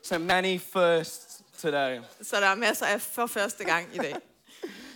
So many firsts today. Så der er masser af for første gang i dag.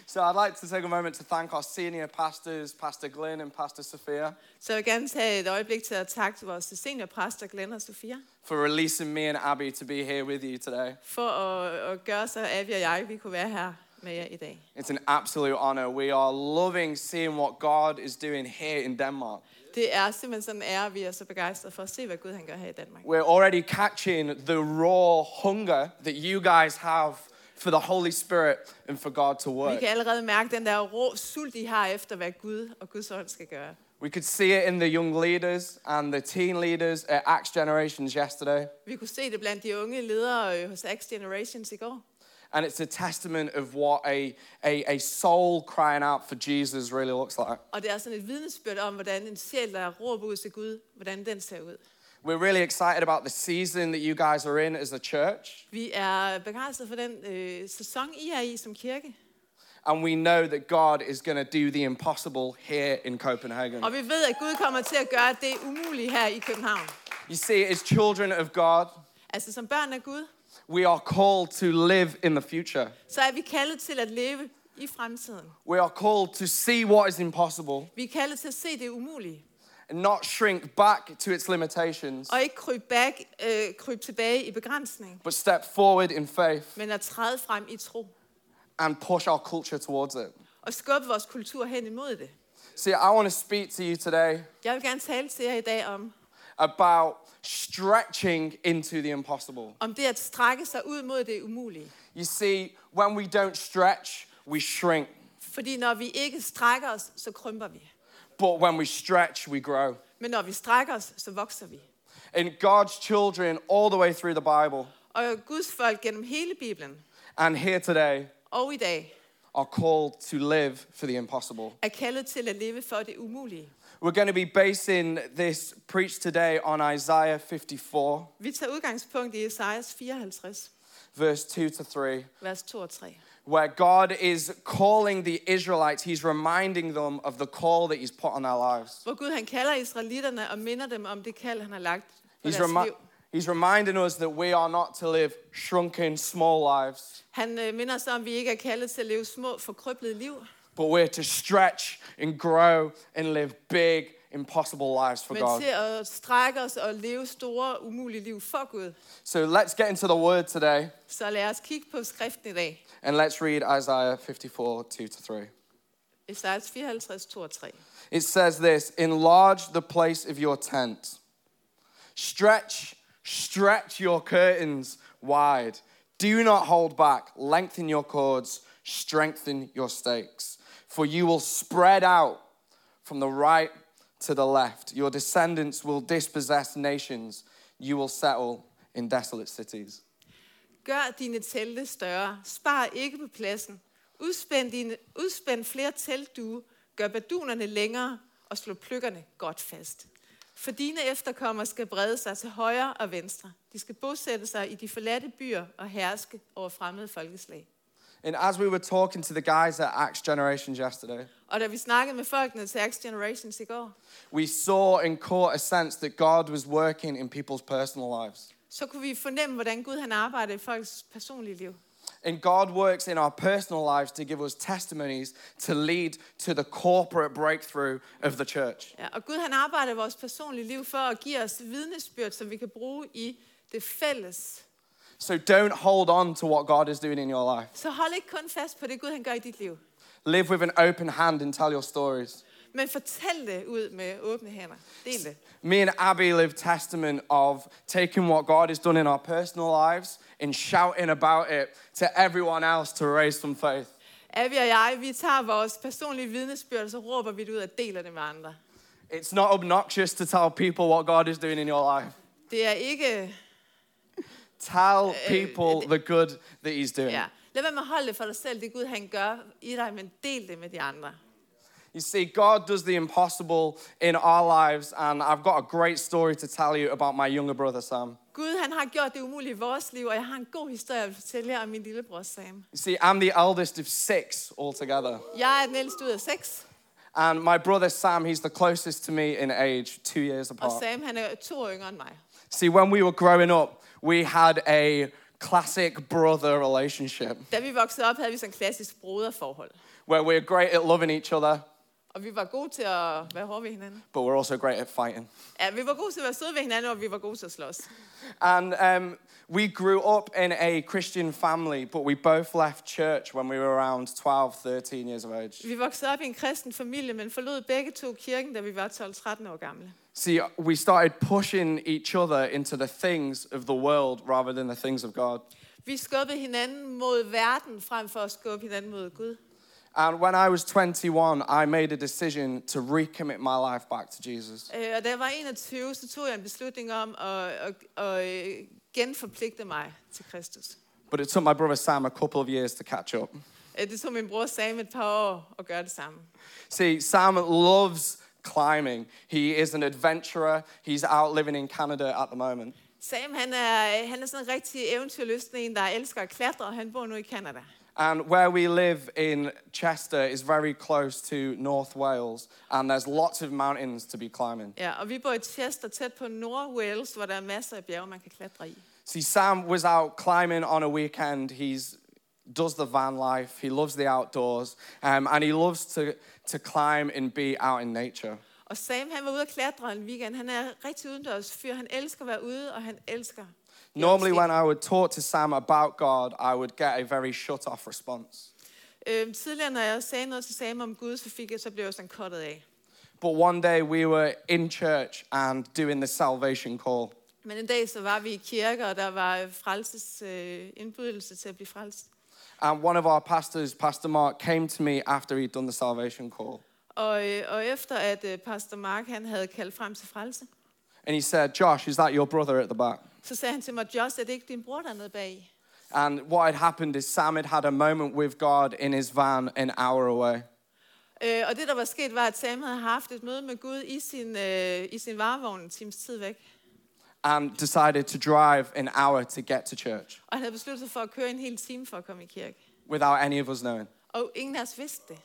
So I'd like to take a moment to thank our senior pastors, Pastor Glenn and Pastor Sophia, Så jeg vil gerne tage et øjeblik til at takke vores seniorpræster Glenn og Sofia for releasing me and Abby to be here with you today. for at, at gøre så, at vi og jeg vi kunne være her med jer i dag. It's an absolute honor. We are loving seeing what God is doing here in Denmark. Det er simpelthen sådan en ære, vi er så begejstrede for at se, hvad Gud han gør her i Danmark. We're already catching the raw hunger that you guys have for the Holy Spirit and for God to Vi work. kan allerede mærke den der rå sult, I har efter, hvad Gud og Guds ånd skal gøre. We could see it in the young leaders and the teen leaders at Acts Generations yesterday. Vi kunne se det blandt de unge ledere øh, hos X Generations i går. And it's a testament of what a, a, a soul crying out for Jesus really looks like. Og det er sådan et vidnesbyrd om, hvordan en sjæl, der råber ud til Gud, hvordan den ser ud. We're really excited about the season that you guys are in as a church. Vi er begejstrede for den øh, sæson, I er i som kirke. And we know that God is going to do the impossible here in Copenhagen. Og vi ved, at Gud kommer til at gøre det umulige her i København. You see, as children of God, Altså som børn af Gud, we are called to live in the future. så er vi kaldet til at leve i fremtiden. We are called to see what is impossible Vi er kaldet til at se det umulige. and not shrink back to its limitations, Og ikke krybe, back, øh, krybe tilbage i begrænsning, but step forward in faith men at træde frem i tro. and push our culture towards it. Og skubbe vores kultur hen imod det. See, I want to speak to you today Jeg vil gerne tale til jer i dag om, about stretching into the impossible. om det at strække sig ud mod det umulige. You see, when we don't stretch, we shrink, Fordi når vi ikke strækker os, så krymper vi. but when we stretch, we grow. Men når vi strækker os, så vokser vi. And God's children, all the way through the Bible Og Guds folk gennem hele Bibelen and here today, og i dag are called to live for the impossible. er kaldet til at leve for det umulige. We're going to be basing this preach today on Isaiah 54, Vi tager udgangspunkt i Esajas 54, verse 2 to 3, vers 2 og 3. where God is calling the Israelites, He's reminding them of the call that He's put on their lives. Hvor Gud han kalder israelitterne og minder dem om det kald, han har lagt på He's, deres remi- liv. he's reminding us that we are not to live shrunken, small lives, Han øh, minder os om, at vi ikke er kaldet til at leve små, forkrøblede liv, but we're to stretch and grow and live big, impossible lives for men God. til at strække os og leve store, umulige liv for Gud. So let's get into the word today Så lad os kigge på skriften i dag. and let's read Isaiah 54, 2 to 3. Esajas 54, 2 og 3. It says this enlarge the place of your tent. Stretch, stretch your curtains wide. Do not hold back. Lengthen your cords, strengthen your stakes. For you will spread out from the right to the left. Your descendants will dispossess nations. You will settle in desolate cities. Gør dine telte større. Spar ikke på pladsen. Udspænd, dine, udspænd flere teltdue. Gør badunerne længere og slå pløkkerne godt fast. For dine efterkommere skal brede sig til højre og venstre. De skal bosætte sig i de forladte byer og herske over fremmede folkeslag. And as we were talking to the guys at Acts Generations yesterday, Og da vi snakkede med folkene til Acts Generations i går, we saw and caught a sense that God was working in people's personal lives. så kunne vi fornemme, hvordan Gud han arbejder i folks personlige liv. And God works in our personal lives to give us testimonies to lead to the corporate breakthrough of the church. Ja, og Gud han arbejder i vores personlige liv for at give os vidnesbyrd, som vi kan bruge i det fælles So don't hold on to what God is doing in your life. Så hold ikke kun fast på det Gud, han gør i dit liv. Live with an open hand and tell your stories. Men fortæl det ud med åbne hænder. Del det. Me and Abby live testament of taking what God has done in our personal lives and shouting about it to everyone else to raise some faith. Avi og jeg, vi tager vores personlige vidnesbyrd, og så råber vi det ud og deler det med andre. It's not obnoxious to tell people what God is doing in your life. Det er ikke... Tell people the good that He's doing. Ja. Lad være med at holde det for dig selv, det Gud, han gør i dig, men del det med de andre. You see, God does the impossible in our lives, and I've got a great story to tell you about my younger brother, Sam. Gud, han har gjort det umulige i vores liv, og jeg har en god historie at fortælle jer om min lillebror Sam. You see, I'm the eldest of six altogether, Jeg er den ældste ud af seks, and my brother Sam, he's the closest to me in age, two years og apart. Sam, han er to år yngre end mig. See, when we were growing up, we had a classic brother relationship Da vi voksede op, havde vi sådan en klassisk broderforhold. where we're great at loving each other, Og vi var gode til at være hårde ved hinanden. but we're also great at fighting. Ja, vi var gode til at være søde ved hinanden, og vi var gode til at slås. And um, we grew up in a Christian family, but we both left church when we were around 12, 13 years of age. Vi voksede op i en kristen familie, men forlod begge to kirken, da vi var 12-13 år gamle. See, uh, we started pushing each other into the things of the world rather than the things of God. Vi skubbede hinanden mod verden, frem for at skubbe hinanden mod Gud. And when I was 21, I made a decision to recommit my life back to Jesus. Øh, Og da jeg var 21, så tog jeg en beslutning om at, at, at øh, genforpligte mig til Kristus. But it took my brother Sam a couple of years to catch up. Øh, Det tog min bror Sam et par år at gøre det samme. See, Sam loves climbing. He is an adventurer. He's out living in Canada at the moment. Sam, han er, han er sådan en rigtig eventyrlysten en, der elsker at klatre, og han bor nu i Kanada. And where we live in Chester is very close to North Wales, and there's lots of mountains to be climbing. Ja, og vi bor i Chester, tæt på Nord Wales, hvor der er masser af bjerge, man kan klatre i. See, Sam was out climbing on a weekend. He's does the van life. He loves the outdoors, um, and he loves to to climb and be out in nature. Og Sam, han var ude at klatre en weekend. Han er rigtig udendørs fyr. Han elsker at være ude, og han elsker. Normally, when I would talk to Sam about God, I would get a very shut off response. Øhm, tidligere, når jeg sagde noget til Sam om Gud, så, fik jeg, så blev jeg sådan kottet af. But one day we were in church and doing the salvation call. Men en dag, så var vi i kirke, og der var øh, frelses øh, indbydelse til at blive frelst. And one of our pastors, Pastor Mark, came to me after he'd done the salvation call. Og, øh, og efter at øh, pastor Mark, han havde kaldt frem til frelse, And he said, Josh, is that your brother at the back? så sagde han til mig, Josh, er det ikke din bror, der er nede bag? And what had happened is Sam had had a moment with God in his van an hour away. Øh, og det, der var sket, var, at Sam havde haft et møde med Gud i sin, øh, i sin varevogn en times tid væk. and decided to drive an hour to get to church Og han havde besluttet sig for at køre en hel time for at komme i kirke. without any of us knowing Og ingen af os vidste det.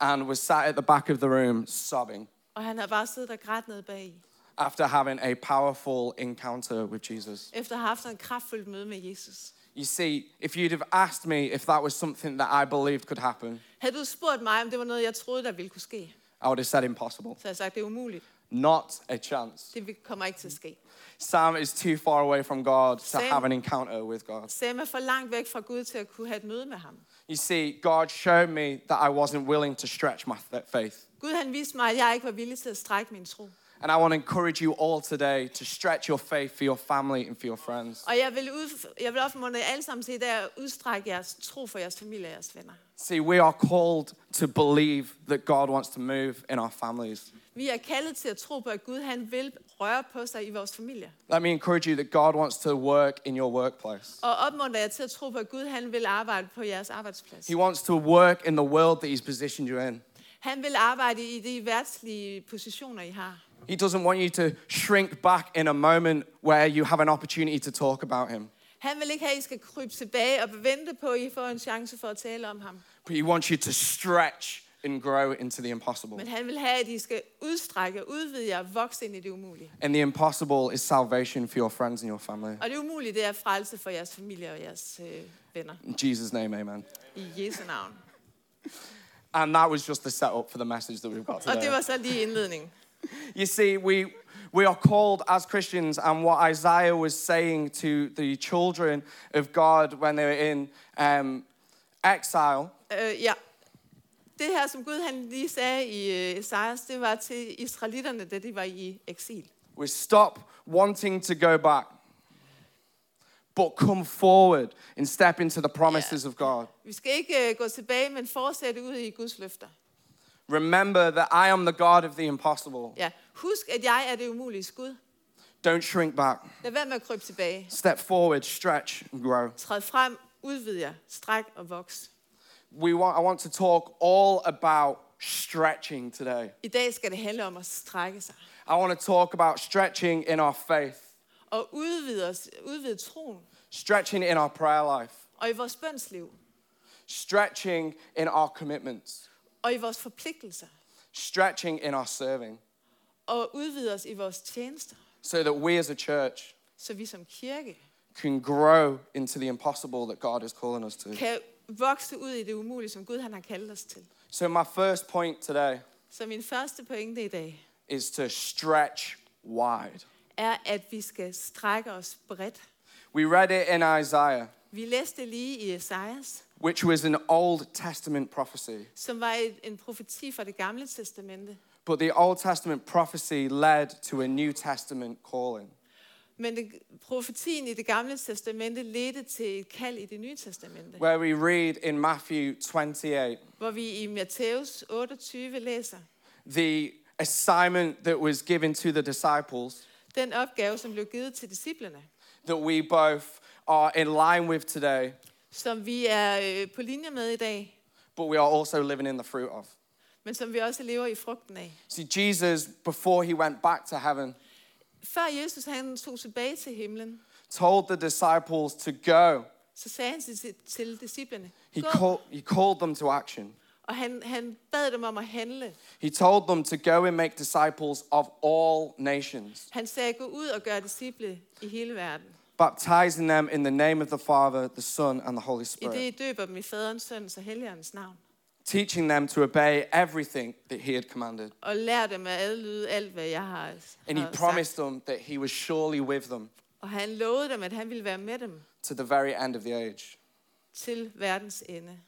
and was sat at the back of the room sobbing Og han havde bare siddet og grædt ned bag, after having a powerful encounter with Jesus. efter at have haft sådan et kraftfuldt møde med Jesus. You see, if you'd have asked me if that was something that I believed could happen, Havde du spurgt mig, om det var noget, jeg troede, der ville kunne ske, I would have said impossible. så havde jeg sagt, det er umuligt. Not a chance. Det vil- kommer ikke til at ske. Sam is too far away from God to Same. have an encounter with God. Sam er for langt væk fra Gud til at kunne have et møde med ham. You see, God showed me that I wasn't willing to stretch my th- faith. Gud han viste mig, at jeg ikke var villig til at strække min tro. And I want to encourage you all today to stretch your faith for your family and for your friends. Og jeg vil, ud, jeg vil opmuntre jer alle sammen til i dag at udstrække jeres tro for jeres familie og jeres venner. See, we are called to believe that God wants to move in our families. Vi er kaldet til at tro på, at Gud han vil røre på sig i vores familie. Let me encourage you that God wants to work in your workplace. Og opmuntre jer til at tro på, at Gud han vil arbejde på jeres arbejdsplads. He wants to work in the world that He's positioned you in. Han vil arbejde i de værtslige positioner, I har. He doesn't want you to shrink back in a moment where you have an opportunity to talk about Him, Han vil ikke have, at I skal krybe tilbage og vente på, at I får en chance for at tale om ham. but He wants you to stretch and grow into the impossible. Men han vil have, at I skal udstrække, udvide jer og vokse ind i det umulige. And the impossible is salvation for your friends and your family. Og det umulige, det er frelse for jeres familie og jeres øh, venner. In Jesus' name, amen. I Jesu navn. And that was just the setup for the message that we've got Og det today. var så lige indledningen. You see, we, we are called as Christians, and what Isaiah was saying to the children of God when they were in um, exile Øh, ja. Det her, som Gud han lige sagde i øh, Esajas, det var til israelitterne, da de var i eksil. was stop wanting to go back, but come forward and step into the promises of God. Vi skal ikke øh, gå tilbage, men fortsætte ud i Guds løfter. Remember that I am the God of the impossible. Ja. Husk, at jeg er det umulige skud. Don't shrink back. Lad være med at krybe tilbage. Step forward, stretch, and grow. Træd frem, udvid jer, stræk og voks. We want, I want to talk all about stretching today. I dag skal det handle om at strække sig. I want to talk about stretching in our faith. Og udvide, os, udvide troen. stretching in our prayer life, Og i vores bønsliv. stretching in our commitments, Og i vores forpligtelser. stretching in our serving, Og udvide os i vores tjenester. so that we as a church Så vi som kirke can grow into the impossible that God is calling us to. kan vokse ud i det umulige, som Gud han har kaldt os til. So, my first point today Så min første pointe i dag is to stretch wide. er, at vi skal strække os bredt. We read it in Isaiah, Vi læste lige i Esajas, which was an Old Testament prophecy. som var et, en profeti fra det gamle testamente. But the Old Testament prophecy led to a New Testament calling. Men det, profetien i det gamle testamente ledte til et kald i det nye testamente, where we read in Matthew 28 hvor vi i Matthæus 28 læser, the assignment that was given to the disciples den opgave, som blev givet til disciplerne, that we both are in line with today, som vi er øh, på linje med i dag, but we are also living in the fruit of. men som vi også lever i frugten af. See, Jesus, before he went back to heaven, Før Jesus han tog tilbage til himlen, told the disciples to go. så sagde han til, til disciplerne, He, gå, call, he called them to action. og han, han bad dem om at handle. He told them to go and make disciples of all nations, Han sagde, gå ud og gør disciple i hele verden, baptizing them in the name of the Father, the Son, and the Holy i det I Spirit, døber dem i faderens, søndens og helligåndens navn, teaching them to obey everything that he had commanded. og lær dem at adlyde alt, hvad jeg har, And he har sagt. promised them that he was surely with them Og han lovede dem, at han ville være med dem to the very end of the age. til verdens ende.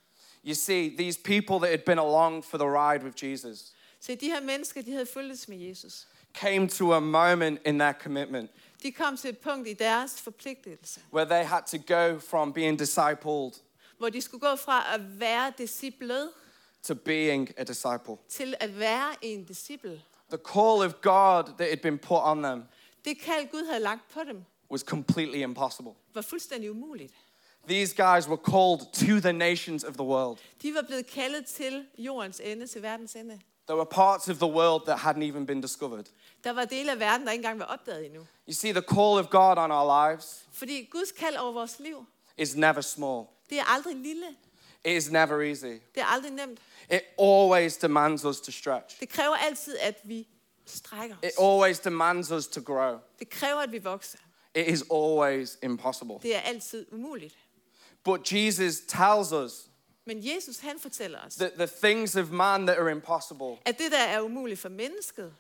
You see, these people that had been along for the ride with Jesus Så de her mennesker, de havde fulgtes med Jesus. came to a moment in their commitment De kom til et punkt i deres forpligtelse, where they had to go from being discipled hvor de skulle gå fra at være disciplet to being a disciple. til at være en disciple. The call of God that had been put on them Det kald Gud havde lagt på dem was completely impossible. var fuldstændig umuligt. These guys were called to the nations of the world. De var blevet kaldet til jordens ende, til verdens ende. There were parts of the world that hadn't even been discovered. Der var dele af verden, der ikke engang var opdaget endnu. You see, the call of God on our lives Fordi Guds kald over vores liv, is never small, det er aldrig lille. it is never easy. Det er aldrig nemt. It always demands us to stretch. Det kræver altid, at vi strækker It os. always demands us to grow. Det kræver, at vi vokser. It is always impossible. Det er altid umuligt. But Jesus tells us Men Jesus, han fortæller os, that the things of man that are impossible at det, der er umuligt for mennesket,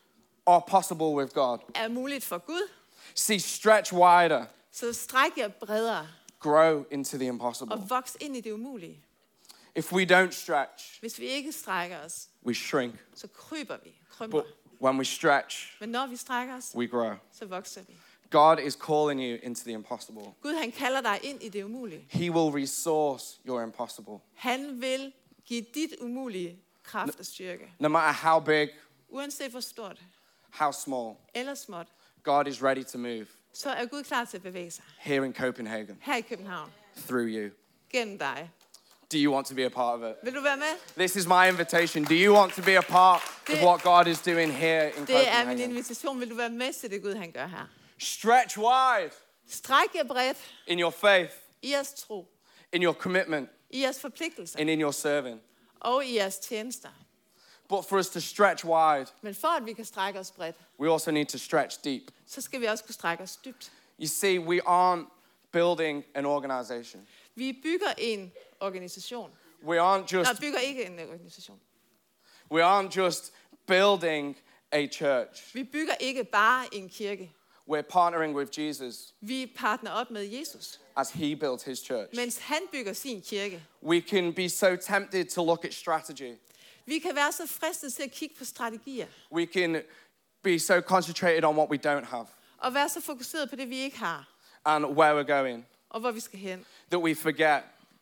are possible with God. er muligt for Gud. See, stretch wider, Så stræk jer bredere grow into the impossible. og voks ind i det umulige. If we don't stretch, Hvis vi ikke strækker os, we shrink. så kryber vi, krymper. But when we stretch, Men når vi strækker os, we grow. så vokser vi. God is calling you into the impossible. Gud han kalder dig ind i det umulige. He will resource your impossible. Han vil give dit umulige kraft og styrke. No matter how big, Uanset hvor stort how small, eller småt, God is ready to move så er Gud klar til at bevæge sig. here in Copenhagen Her i København. through you. Gennem dig. Do you want to be a part of it? Vil du være med? This is my invitation. Do you want to be a part of what God is doing here in Det er min Copenhagen? invitation. Vil du være med til det Gud han gør her? Stretch wide Stræk jer bredt in your faith, i jeres tro, in your commitment, i jeres forpligtelser and in your serving. og i jeres tjenester. But for us to stretch wide, Men for at vi kan strække os bredt, we also need to stretch deep. så skal vi også kunne strække os dybt. You see, we aren't building an organization. Vi bygger en organisation. We aren't Nej, just bygger ikke en organisation. we aren't just building a church. Vi bygger ikke bare en kirke. We're partnering with Jesus Vi partner op med Jesus, as he built his church. mens han bygger sin kirke. We can be so tempted to look at strategy. Vi kan være så fristet til at kigge på strategier, We can be so concentrated on what we don't have og være så fokuseret på det, vi ikke har, and where we're going og hvor vi skal hen, that we forget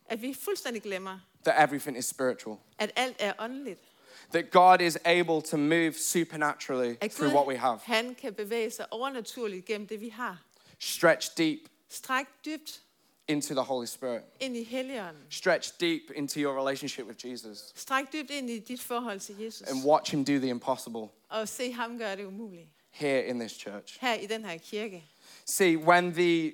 at vi fuldstændig glemmer, that everything is spiritual, at alt er åndeligt. that God is able to move supernaturally At through what we have. han kan bevæge sig overnaturligt gennem det, vi har. Stretch deep Stræk dybt into the Holy Spirit, ind i helligånden. stretch deep into your relationship with Jesus, Stræk dybt ind i dit forhold til Jesus, and watch Him do the impossible og se ham gøre det umulige here in this church. her i den her kirke. See, when the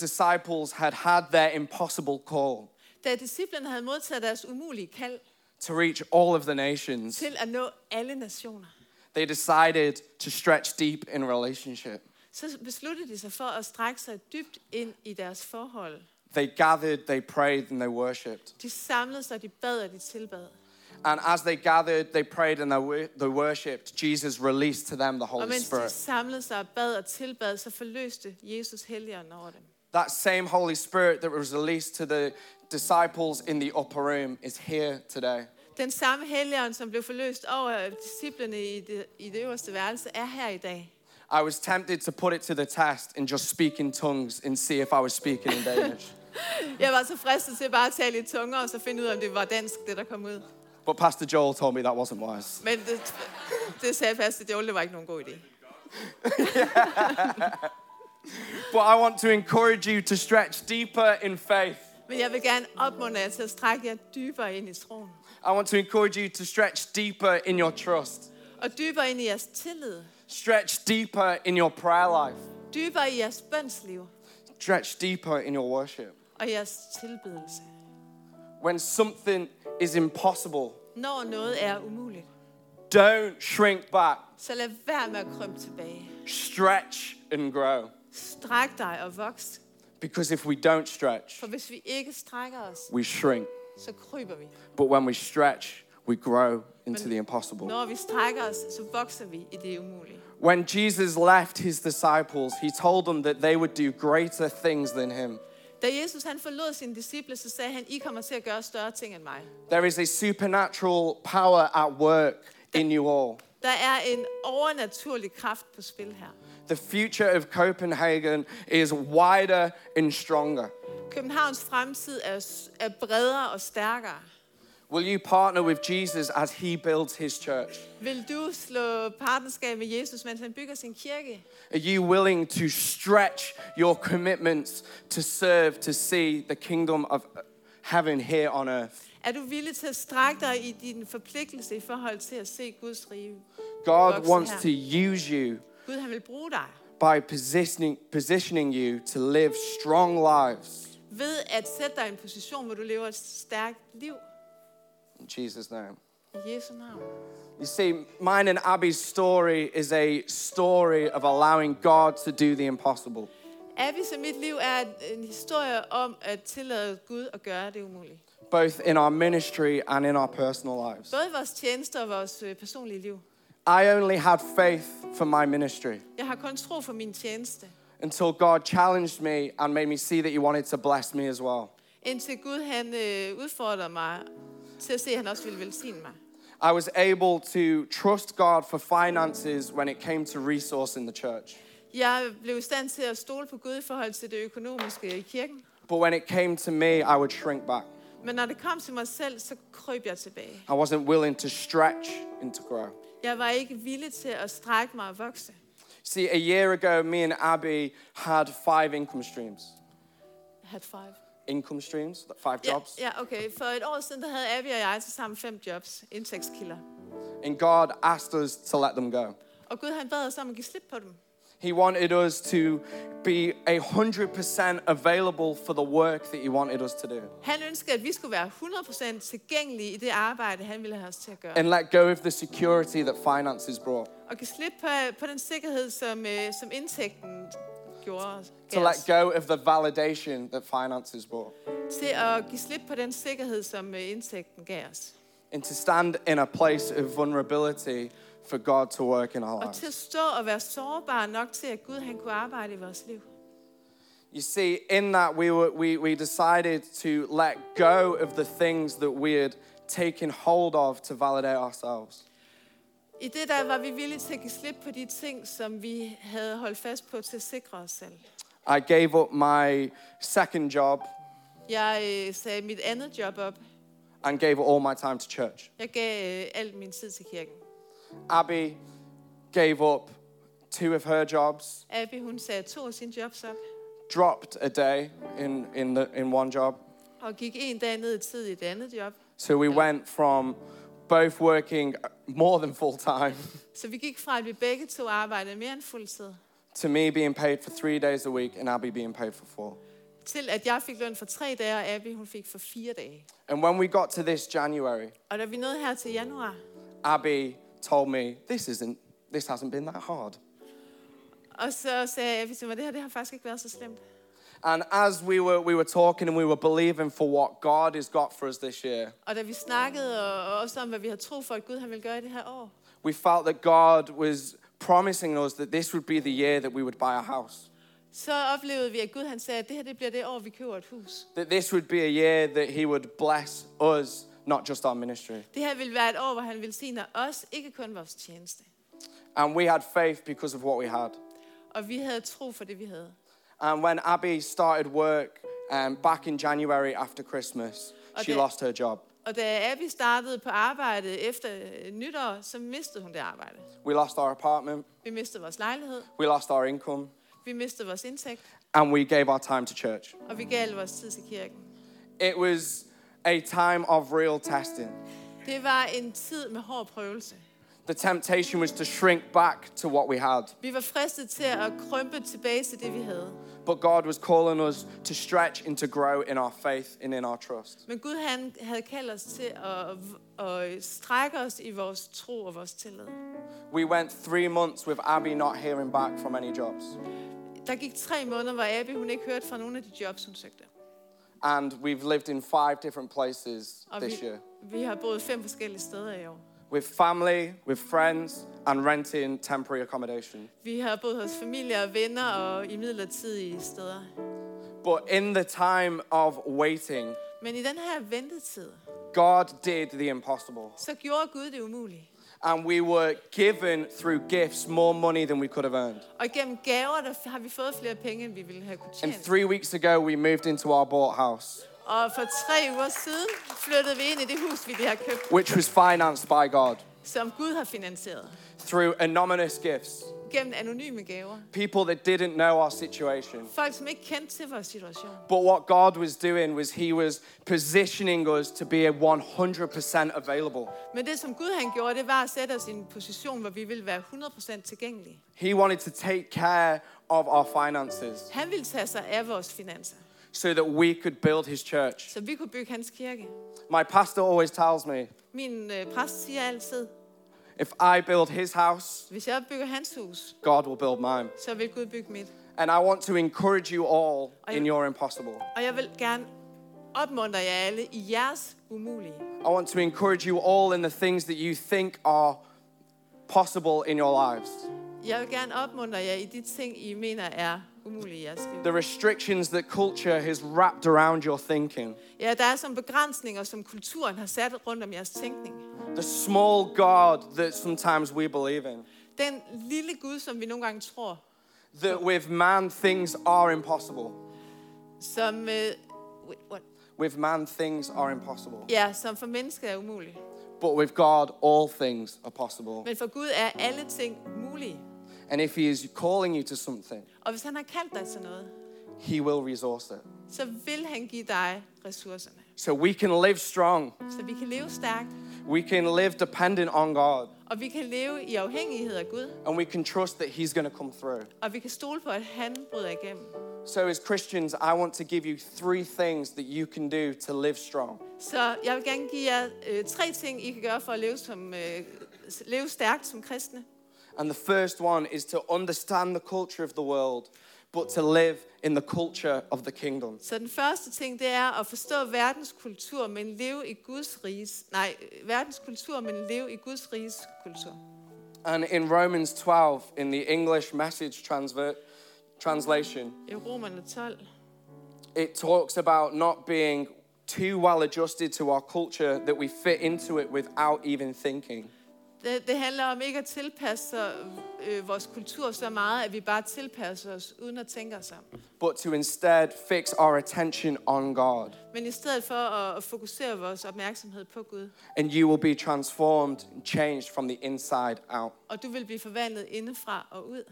disciples had had their impossible call Da disciplerne havde modtaget deres umulige kald to reach all of the nations, til at nå alle nationer, they decided to stretch deep in relationship. så besluttede de sig for at strække sig dybt ind i deres forhold. They gathered, they prayed, and they worshipped. De samlede sig, de bad og de tilbad. And as they gathered, they prayed, and they, wor- they worshipped, Jesus released to them the Og Holy mens de Spirit. samlede sig og bad og tilbad, så forløste Jesus helligånden over dem. That same Holy Spirit that was released to the disciples in the upper room is here today. Den samme helligånd, som blev forløst over disciplene i det, i det øverste værelse, er her i dag. I was tempted to put it to the test and just speak in tongues and see if I was speaking in Danish. Jeg var så fristet til bare at tale i tunger, og så finde ud af, om det var dansk, det der kom ud. But Pastor Joel told me that wasn't wise. Men det, det sagde fast, det var ikke nogen god idé. But I want to encourage you to stretch deeper in faith. Men jeg vil gerne opmuntre jer til at strække jer dybere ind i troen. I want to encourage you to stretch deeper in your trust, Og dybere ind i jeres tillid. stretch deeper in your prayer life, Dybere i jeres bønsliv stretch deeper in your worship. og jeres tilbedelse. When something is impossible, Når noget er umuligt, don't shrink back, så lad være med at krympe tilbage. stretch and grow. Stræk dig og voks. Because if we don't stretch, For hvis vi ikke strækker os, we shrink. så kryber vi. But when we stretch, we grow into the impossible. Når vi strækker os, så vokser vi i det umulige. When Jesus left his disciples, he told them that they would do greater things than him. Da Jesus han forlod sine disciple, så sagde han, I kommer til at gøre større ting end mig. There is a supernatural power at work in you all. Der er en overnaturlig kraft på spil her. The future of Copenhagen is wider and stronger. Københavns fremtid er, er bredere og stærkere. Will you partner with Jesus as he builds his church? Vil du slå partnerskab med Jesus, mens han bygger sin kirke? Are you willing to stretch your commitments to serve, to see the kingdom of heaven here on earth? Er du villig til at strække dig i din forpligtelse i forhold til at se Guds rige? God Vokse wants her. to use you Gud han vil bruge dig by positioning, positioning you to live strong lives. ved at sætte dig i en position, hvor du lever et stærkt liv In Jesus' name. i Jesu navn. You see, mine and Abby's story is a story of allowing God to do the impossible. Abis og mit liv er en historie om at tillade Gud at gøre det umulige. both in our ministry and in our personal lives. Både vores tjenester og vores øh, personlige liv. I only had faith for my ministry Jeg har kun tro for min tjeneste, until God challenged me and made me see that He wanted to bless me as well. indtil Gud han øh, udfordrede mig til at se, at han også ville velsigne mig. I was able to trust God for finances when it came to resource in the church. Jeg blev i stand til at stole på Gud i forhold til det økonomiske i kirken. But when it came to me, I would shrink back. Men når det kom til mig selv, så kryb jeg tilbage. I wasn't willing to stretch and to grow. Jeg var ikke villig til at strække mig og vokse. See, a year ago, me and Abby had five income streams. Had five. Income streams? Five Ja, jobs? ja, okay. For et år siden, der havde Abby og jeg til sammen fem jobs, indtægtskilder. And God asked us to let them go. Og Gud han bad os om at give slip på dem. He wanted us to be 100% available for the work that He wanted us to do Han ønskede, at vi skulle være 100% tilgængelige i det arbejde, han ville have os til at gøre. and let go of the security that finances brought, Og give slip på, på den sikkerhed, som, øh, som indtægten gjorde os. to gav os. let go of the validation that finances brought, Til at give slip på den sikkerhed, som øh, indtægten gav os. and to stand in a place of vulnerability for God to work in our Og til lives. at stå og være sårbare nok til, at Gud han kunne arbejde i vores liv. You see, in that we, were, we, we decided to let go of the things that we had taken hold of to validate ourselves. I det der var vi villige til at give slip på de ting, som vi havde holdt fast på til at sikre os selv. I gave up my second job Jeg øh, sagde mit andet job op. and gave all my time to church. Jeg gav øh, alt min tid til kirken. Abby gave up two of her jobs, Abby, hun sagde to af sine jobs op, dropped a day in, in, the, in one job. og gik en dag ned i tid i et andet job. So we went from both working more than full time Så vi gik fra, at vi begge to arbejdede mere end fuldtid, to me being paid for three days a week and Abby being paid for four. til at jeg fik løn for tre dage, og Abby, hun fik for fire dage. And when we got to this January, Og da vi nåede her til januar, Abby told me, this isn't, this hasn't been that hard. Og så sagde jeg til mig, det her det har faktisk ikke været så slemt. And as we were, we were talking and we were believing for what God has got for us this year, Og da vi snakkede og, og også om, hvad vi har tro for, at Gud han vil gøre i det her år, we felt that God was promising us that this would be the year that we would buy a house, så oplevede vi, at Gud han sagde, at det her det bliver det år, vi køber et hus. that this would be a year that He would bless us, not just our ministry. Det her vil være et år, hvor han velsigner os, ikke kun vores tjeneste. And we had faith because of what we had. Og vi havde tro for det, vi havde. And when Abby started work um, back in January after Christmas, she Okay. lost her job. Og da Abby startede på arbejde efter øh, nytår, så mistede hun det arbejde. We lost our apartment, Vi mistede vores lejlighed, we lost our income, vi mistede vores indtægt, and we gave our time to church. og vi gav al vores tid til kirken. It was a time of real testing. Det var en tid med hård prøvelse. The temptation was to shrink back to what we had, Vi var fristet til at krympe tilbage til det, vi havde. but God was calling us to stretch and to grow in our faith and in our trust. Men Gud han havde kaldt os til at, at strække os i vores tro og vores tillid. We went three months with Abby not hearing back from any jobs, Der gik tre måneder, hvor Abby hun ikke hørte fra nogen af de jobs, hun søgte. and we've lived in five different places Og this vi, year vi har boet fem forskellige steder i år. with family, with friends, and renting temporary accommodation. Vi har boet hos familie og venner og i midlertidige steder. But in the time of waiting, Men i den her ventetid, God did the impossible. så gjorde Gud det umulige. and we were given through gifts more money than we could have earned. Og gennem gaver, der har vi fået flere penge, end vi ville have kunne And tjene. three weeks ago, we moved into our bought house, Og for tre uger siden flyttede vi ind i det hus, vi lige har købt, which was financed by God som Gud har finansieret. through anonymous gifts, Gennem anonyme gaver. people that didn't know our situation. Folk, som ikke kendte til vores situation. But what God was doing was He was positioning us to be a 100% available. Men det, som Gud han gjorde, det var at sætte os i en position, hvor vi ville være 100% tilgængelige. He wanted to take care of our finances Han ville tage sig af vores finanser, so that we could build His church. så vi kunne bygge hans kirke. My pastor always tells me Min øh, præst siger altid, if I build His house, hvis jeg bygger hans hus, God will build mine. så vil Gud bygge mit. And I want to encourage you all I- in your impossible. Og jeg vil gerne opmuntre jer alle i jeres umulige. I want to encourage you all in the things that you think are possible in your lives. Jeg vil gerne opmuntre jer i de ting, I mener er umulige i jeres liv. The restrictions that culture has wrapped around your thinking. Ja, der er som begrænsninger, som kulturen har sat rundt om jeres tænkning. The small God that sometimes we believe in. Den lille Gud, som vi nogle gange tror, That with man, things are impossible. som, øh, wait, what? With man, things are impossible. ja, som for mennesket er umulig. But with God, all things are possible. Men for Gud er alle ting mulige. And if He is calling you to something, Og hvis han har kaldt dig til noget, He will resource it. så vil han give dig ressourcerne. So we can live strong. Så vi kan leve stærkt, We can live dependent on God. og vi kan leve i afhængighed af Gud, and we can trust that he's going to come through. og vi kan stole på, at han bryder igennem. So, as Christians, I want to give you three things that you can do to live strong. Så jeg vil gerne give jer øh, tre ting, I kan gøre for at leve, som, øh, s- leve stærkt som kristne. And the first one is to understand the culture of the world, but to live in the culture of the kingdom. Så den første ting, det er at forstå verdens kultur, men leve i Guds riges... Nej, øh, verdens kultur, men leve i Guds riges kultur. And in Romans 12, in the English message transver- translation, I Romerne 12. it talks about not being too well adjusted to our culture that we fit into it without even thinking. Det, det handler om ikke at tilpasse sig, øh, vores kultur så meget, at vi bare tilpasser os, uden at tænke os om. But to instead fix our attention on God. Men i stedet for at, at fokusere vores opmærksomhed på Gud, and you will be transformed and changed from the inside out. og du vil blive forvandlet indefra og ud.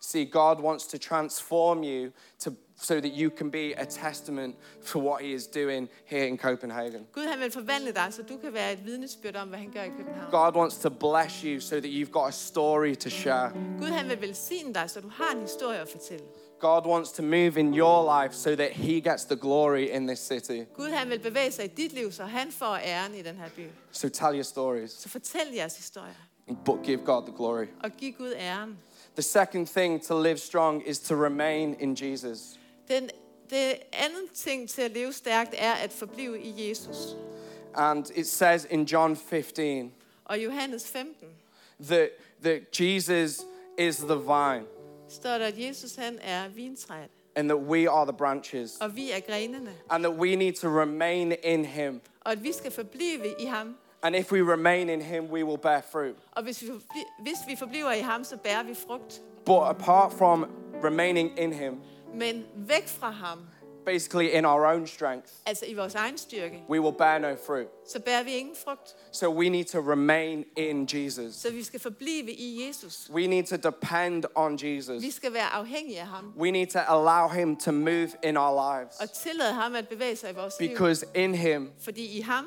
See, God wants to transform you to, so that you can be a testament for what He is doing here in Copenhagen. Gud han vil forvandle dig, så du kan være et vidnesbyrd om, hvad han gør i København. God wants to bless you so that you've got a story to share. Gud han vil velsigne dig, så du har en historie at fortælle. God wants to move in your life so that He gets the glory in this city. Gud han vil bevæge sig i dit liv, så han får æren i den her by. So tell your stories, Så fortæl jeres historier, but give God the glory. og giv Gud æren. The second thing to live strong is to remain in Jesus. Den, det anden ting til at leve stærkt er at forblive i Jesus. And it says in John 15 Og Johannes 15 that, that Jesus is the vine står der, at Jesus han er vintræet, and that we are the branches og vi er grenene. and that we need to remain in him. Og at vi skal forblive i ham. And if we remain in him, we will bear fruit. Og hvis vi, forbli- hvis vi forbliver i ham, så bærer vi frugt. But apart from remaining in him, Men væk fra ham, basically in our own strength, altså i vores egen styrke, we will bear no fruit. så bærer vi ingen frugt. So we need to remain in Jesus. Så vi skal forblive i Jesus. We need to depend on Vi Jesus. skal være afhængige af ham. We need to allow him to move in our Og lives tillade ham at bevæge sig i vores liv. because in him Fordi i ham,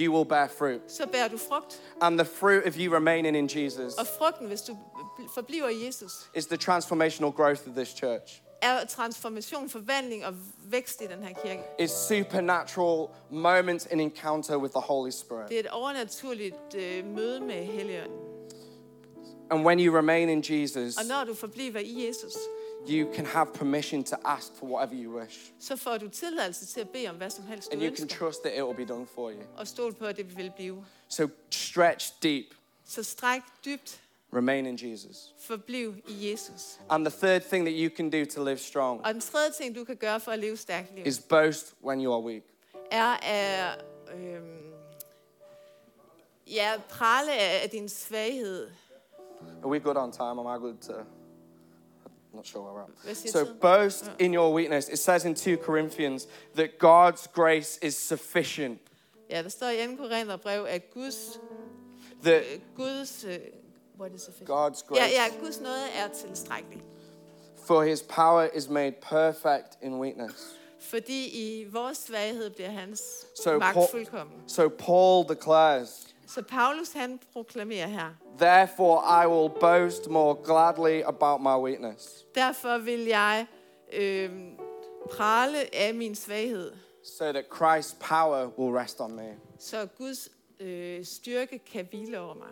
you will bear fruit. så bærer du frugt. And the fruit of you remaining in Jesus Og frugten, hvis du bl- forbliver i Jesus, is the transformational growth of this church. er transformation, forvandling og vækst i den her kirke. It's supernatural moments in encounter with the Holy Det Spirit. er et overnaturligt øh, møde med Helligånden. And when you remain in Jesus, Og når du forbliver i Jesus, you can have permission to ask for whatever you wish. så får du tilladelse til at bede om hvad som helst du And you can ønsker. trust that it will be done for you. Og stol på, at det vil blive. So stretch deep, Så stræk dybt, remain in Jesus. forbliv i Jesus. And the third thing that you can do to live strong Og den tredje ting, du kan gøre for at leve stærkt liv, is boast when you are weak. er at øhm, ja, prale af, af din svaghed. Are we good on time? Am I good to? I'm not sure where we're at. Let's see So some- boast in your weakness. It says in 2 Corinthians that God's grace is sufficient. Ja, der står i 2. Korintherbrev, at Guds, That øh, Guds, øh, what is it? God's Ja, grace ja, Guds nåde er tilstrækkelig. for his power is made perfect in weakness. Fordi i vores svaghed bliver hans So so, magt Paul- fuldkommen. So Paul declares, Så Paulus han proklamerer her, Therefore, I will boast more gladly about my weakness, derfor vil jeg øh, prale af min svaghed, so that Christ's power will rest on me. så Guds øh, styrke kan hvile over mig.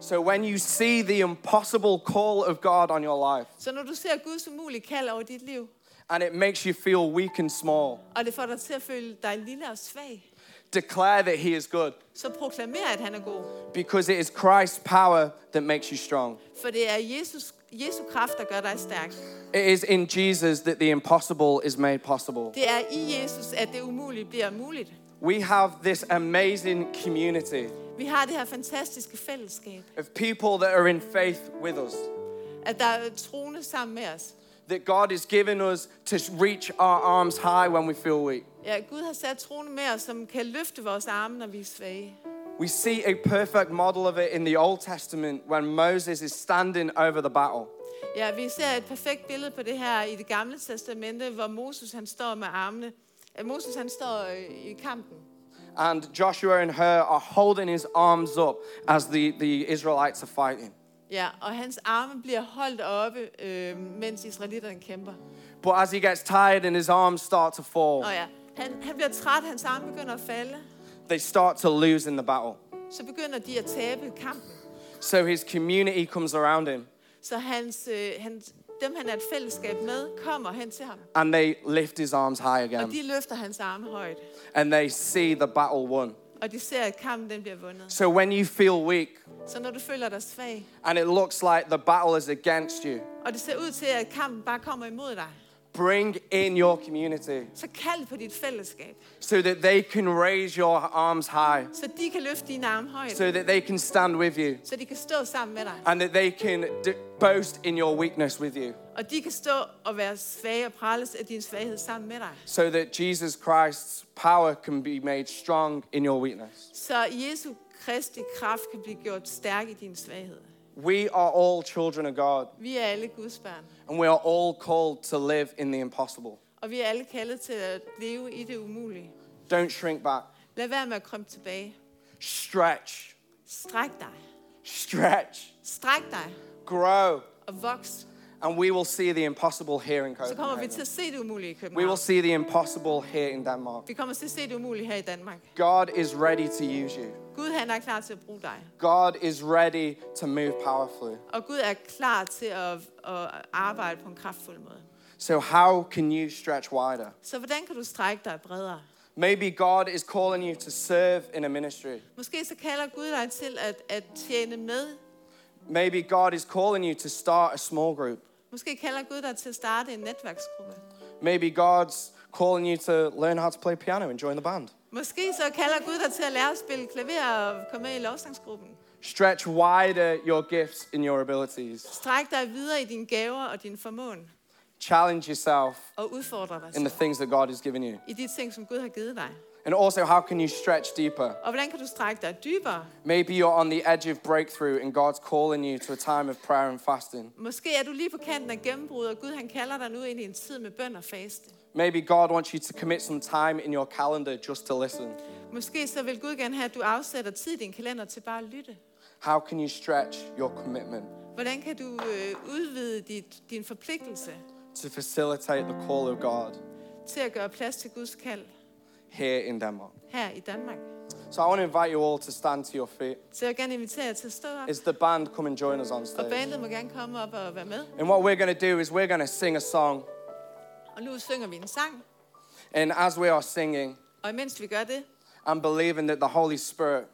So, when you see the impossible call of God on your life Så når du ser Guds umulige kald over dit liv, and it makes you feel weak and small, og det får dig til at føle dig lille og svag, declare that He is good så proklamer, at han er god. because it is Christ's power that makes you strong. For det er Jesus, Jesu kraft, der gør dig stærk. It is in Jesus that the impossible is made possible. Det er i Jesus, at det umulige bliver muligt. We have this amazing community Vi har det her fantastiske fællesskab, of people that are in faith with us, at der er troende sammen med os. that God has given us to reach our arms high when we feel weak. Ja, Gud har sat troende med os, som kan løfte vores arme, når vi er svage. We see a perfect model of it in the Old Testament when Moses is standing over the battle. Ja, vi ser et perfekt billede på det her i det gamle testamente, hvor Moses han står med armene. Eh, Moses han står øh, i kampen, And Joshua and Hur are holding his arms up as the, the Israelites are fighting. ja, og hans arme bliver holdt oppe, øh, mens israelitterne kæmper. But as he gets tired and his arms start to fall, Nå ja, han, han bliver træt, hans arme begynder at falde. they start to lose in the battle. Så begynder de at tabe kampen. So his community comes around him Så hans, øh, hans, dem, han er et fællesskab med, kommer hen til ham. and they lift his arms high Og again de løfter hans arme højt. and they see the battle won. Og de ser, at kampen den bliver vundet. So when you feel weak Så når du føler dig svag, and it looks like the battle is against you, og det ser ud til, at kampen bare kommer imod dig, bring in your community så kald på dit fællesskab. so that they can raise your arms high. Så de kan løfte dine arme højt. so that they can stand with you Så de kan stå sammen med dig. and that they can d- boast in your weakness with you, Og de kan stå og være svage og prales af din svaghed sammen med dig. so that Jesus Christ's power can be made strong in your weakness. Så Jesu Kristi kraft kan blive gjort stærk i din svaghed. We are all children of God Vi er alle Guds børn. and we are all called to live in the impossible. Og vi er alle kaldet til at leve i det umulige. Don't shrink back, Lad være med at krømme tilbage. stretch, Stræk dig. stretch, Stræk dig grow, og voks. and we will see the impossible here in Så kommer vi til Copenhagen. at se det umulige i We will København. see the impossible here in Denmark. Vi kommer til at se det umulige her i Danmark. God is ready to use you. Gud han er klar til at bruge dig. God is ready to move powerfully. Og Gud er klar til at, at arbejde på en kraftfuld måde. So, how can you stretch wider? Så hvordan kan du strække dig bredere? Maybe God is calling you to serve in a ministry. Måske så kalder Gud dig til at, at tjene med. Maybe God is calling you to start a small group. Måske kalder Gud dig til at starte en netværksgruppe. Maybe God's calling you to learn how to play piano and join the band. Måske så kalder Gud dig til at lære at spille klaver og komme med i lovsangsgruppen. Stretch wider your gifts and your abilities. Stræk dig videre i dine gaver og din formåen. Challenge yourself Og udfordre dig in the selv things that God has given you. i de ting, som Gud har givet dig. And also, how can you stretch deeper? Og hvordan kan du strække dig dybere? Maybe you're on the edge of breakthrough and God's calling you to a time of prayer and fasting. Måske er du lige på kanten af gennembrud, og Gud han kalder dig nu ind i en tid med bøn og faste. Maybe God wants you to commit some time in your calendar just to listen. Måske så vil Gud gerne have, at du afsætter tid i din kalender til bare at lytte. How can you stretch your commitment Hvordan kan du øh, udvide dit, din forpligtelse to facilitate the call of God til at gøre plads til Guds kald here in Denmark? her i Danmark? So I want to invite you all to stand to your feet. Så jeg vil gerne invitere jer til at stå op, Is the band come and join us on og stage? bandet må gerne komme op og være med. And what we're going to do is we're going to sing a song. Og nu synger vi en sang, And as we are singing, og imens vi gør det, I'm believing that the Holy Spirit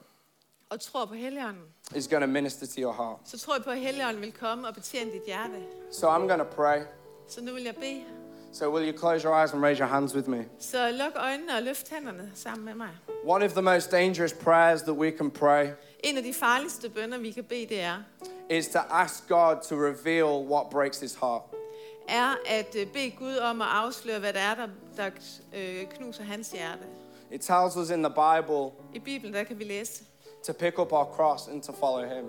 og tror på Helligånden, is going to minister to your heart. så tror jeg på, at Helligånden vil komme og betjene dit hjerte. So I'm going to pray. Så nu vil jeg bede. So will you close your eyes and raise your hands with me? Så luk øjnene og løft hænderne sammen med mig. One of the most dangerous prayers that we can pray En af de farligste bønder, vi kan bede, det er, is to ask God to reveal what breaks his heart. er at øh, bede Gud om at afsløre, hvad det er, der, der øh, knuser hans hjerte. It tells us in the Bible I Bibelen, der kan vi læse, to pick up our cross and to follow him,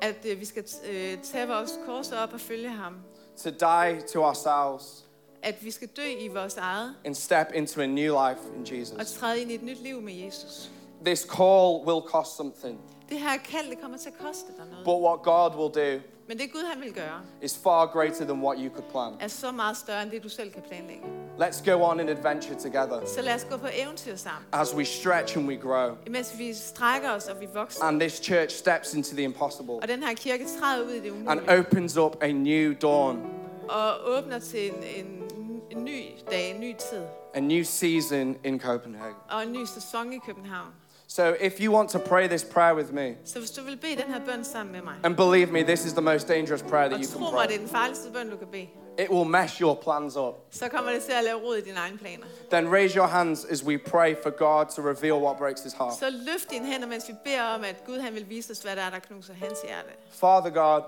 at øh, vi skal øh, tage vores kors op og følge ham. to die to ourselves At vi skal dø i vores eget and step into a new life in og Jesus. træde ind i et nyt liv med Jesus. This call will cost something, Det her kald, det kommer til at koste dig noget. but what God will do Men det Gud, han vil gøre, is far greater than what you could plan. er så meget større, end det du selv kan planlægge. Let's go on an adventure together Så lad os gå på eventyr sammen, as we stretch and we grow, imens vi strækker os og vi vokser. and this church steps into the impossible Og den her kirke træder ud i det and umulige opens up a new dawn, og åbner til en, en, en ny dag, en ny tid. a new season in Copenhagen. og en ny sæson i København. So if you want to pray this prayer with me, Så hvis du vil bede den her bøn sammen med mig, and believe me, this is the most dangerous prayer that og you tro can mig, det pray, er den farligste bøn, du kan bede, it will mess your plans up. så kommer det til at lave rod i dine egne planer. Then raise your hands as we pray for God to reveal what breaks his heart. Så løft dine hænder, mens vi beder om, at Gud han vil vise os, hvad der er, der knuser hans hjerte. Father God,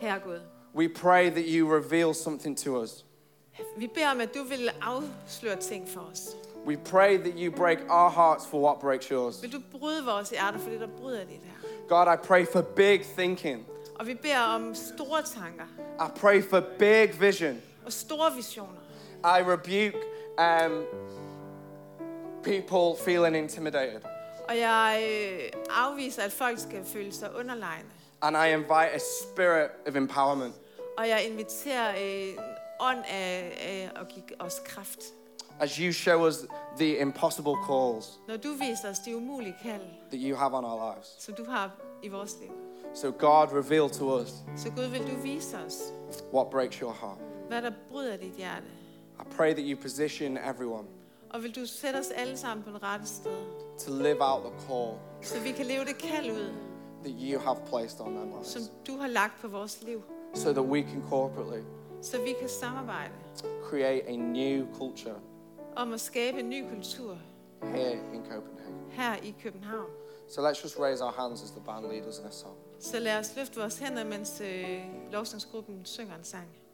Herre Gud, we pray that you reveal something to us. vi beder om, at du vil afsløre ting for os. We pray that you break our hearts for what breaks yours. Vil du bryde vores hjerter for det, der bryder dit her? God, I pray for big thinking. Og vi beder om store tanker I pray for big vision. og store visioner. I rebuke um, people feeling intimidated. Og jeg øh, afviser, at folk skal føle sig underlegne. And I invite a spirit of empowerment. Og jeg inviterer øh, en ånd af, af at give os kraft. As you show us the impossible calls Når du viser os det umulige kald, that you have on our lives. som du har i vores liv. So, God, reveal to us Så Gud, vil du vise os, what breaks your heart. hvad der bryder dit hjerte. I pray that you position everyone Og vil du sætte os alle sammen på det rette sted, to live out the call så vi kan leve det kald ud, that you have placed on their lives som du har lagt på vores liv. so that we can corporately Så vi kan samarbejde create a new culture om at skabe en ny kultur here in Copenhagen. her i København. So let's just raise our hands as the band leaders in a song. Så lad os løfte vores hænder, mens øh, lovsangsgruppen synger en sang.